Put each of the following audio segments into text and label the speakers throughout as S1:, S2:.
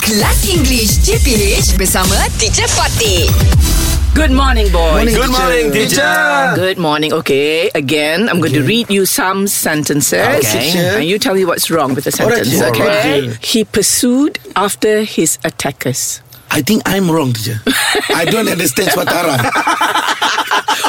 S1: Kelas English JPH bersama Teacher Fatih.
S2: Good morning, boys.
S3: Good morning, teacher.
S2: Good morning. Okay, again, I'm going to read you some sentences.
S3: Okay.
S2: And you tell me what's wrong with the
S3: Alright,
S2: sentence.
S3: teacher.
S2: okay.
S3: Alright.
S2: He pursued after his attackers.
S3: I think I'm wrong, teacher. I don't understand Swatara.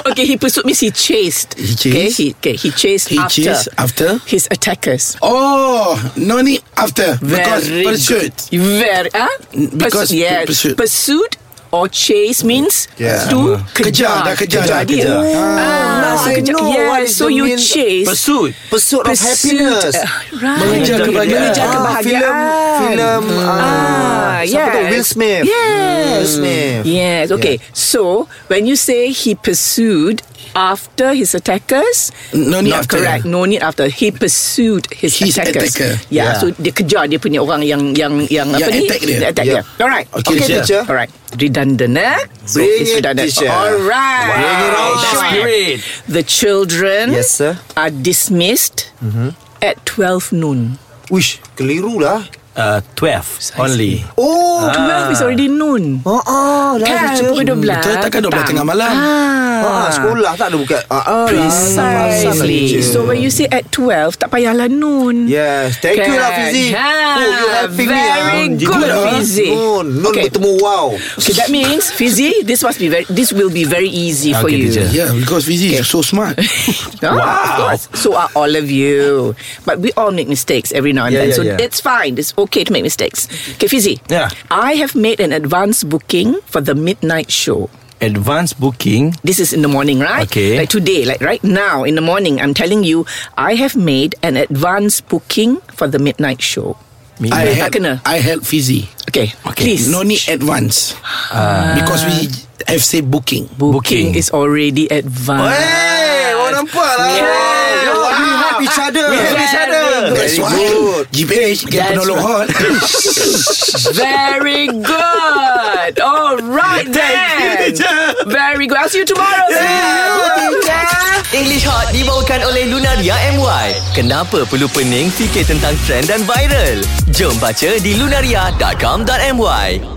S2: Okay, he pursued means he chased.
S3: He
S2: Okay,
S3: chased?
S2: he, okay, he chased
S3: He
S2: after
S3: chased after?
S2: his attackers.
S3: Oh, no need after because
S2: Very good.
S3: pursuit.
S2: Very. Huh? Pursu-
S3: Because pu-
S2: yes.
S3: pursuit.
S2: Pursuit or chase means
S3: Yeah.
S2: to
S3: Kejar, dah kejar, dah
S2: dia.
S3: kejar.
S2: Ah, so kejar. Yeah, so you chase.
S4: Pursuit Pursuit of happiness
S2: Uh, right.
S3: Mengejar kebahagiaan. Hmm.
S2: Mengejar
S4: Ah,
S2: kebahagiaan.
S4: Film Film
S2: Ah,
S4: ah, Siapa tu
S2: yes.
S4: Will Smith Hmm.
S2: Yes.
S4: Will Smith
S2: Yes. Okay. So when you say he pursued after his attackers,
S3: No need
S2: not
S3: after.
S2: correct. No need after. He pursued his,
S3: His
S2: attackers.
S3: attacker.
S2: Yeah,
S4: Yeah.
S2: So dia kejar dia punya orang yang yang yang,
S3: Yang
S2: apa ni?
S3: attack dia.
S2: attack
S4: Yeah.
S2: dia. Alright.
S3: Okay, teacher.
S2: Alright. Redundant. Eh? So
S4: Bring
S2: it's
S4: it,
S2: redundant.
S4: teacher.
S2: Alright.
S4: Bring it on,
S2: That's right.
S4: spirit.
S2: The children
S4: Yes, sir.
S2: are dismissed at 12 noon.
S4: Wish Keliru lah
S5: uh, 12 only.
S4: Oh
S2: 12 is already noon.
S4: Oh, oh lah
S2: Kan pukul 12
S3: Betul takkan 12 tengah malam.
S4: ah, Sekolah tak ada buka ah, ah, lah,
S2: Precisely So when you say at 12 Tak payahlah noon
S4: Yes Thank you lah
S2: Kan.
S4: Fizi
S2: Ha,
S4: Oh you helping me
S2: very
S4: Ah,
S2: good,
S4: ah.
S2: Fizi.
S4: Nun Nun
S2: Okay.
S4: bertemu wow
S2: Okay that means Fizi This must be very This will be very easy for
S5: Okay,
S2: you
S5: teacher.
S3: Yeah, because Fizi is so smart.
S2: No, of course. So are all of you But we all make mistakes Every now and
S4: Yeah,
S2: then
S4: yeah,
S2: So
S4: yeah.
S2: it's fine It's okay to make mistakes Okay Fizi
S5: Yeah.
S2: I have made an advance booking For the midnight show
S5: Advance booking.
S2: This is in the morning, right?
S5: Okay.
S2: Like today, like right now in the morning, I'm telling you, I have made an advance booking for the midnight show.
S3: I
S2: Boleh tak
S3: help,
S2: kena?
S3: I help Fizi.
S2: Okay, Ah. please.
S3: No need advance. because we have say booking.
S5: booking.
S2: booking, is already advanced.
S4: Hey Oh nampak lah
S2: Yeah.
S4: Oh, We help each other We
S2: help each other.
S3: That's why GPH get
S2: That's
S3: penolong hot.
S2: Very good. All right then. Very good. I'll see you tomorrow. Yeah.
S6: English Hot dibawakan oleh Lunaria MY. Kenapa perlu pening fikir tentang trend dan viral? Jom baca di lunaria.com.my.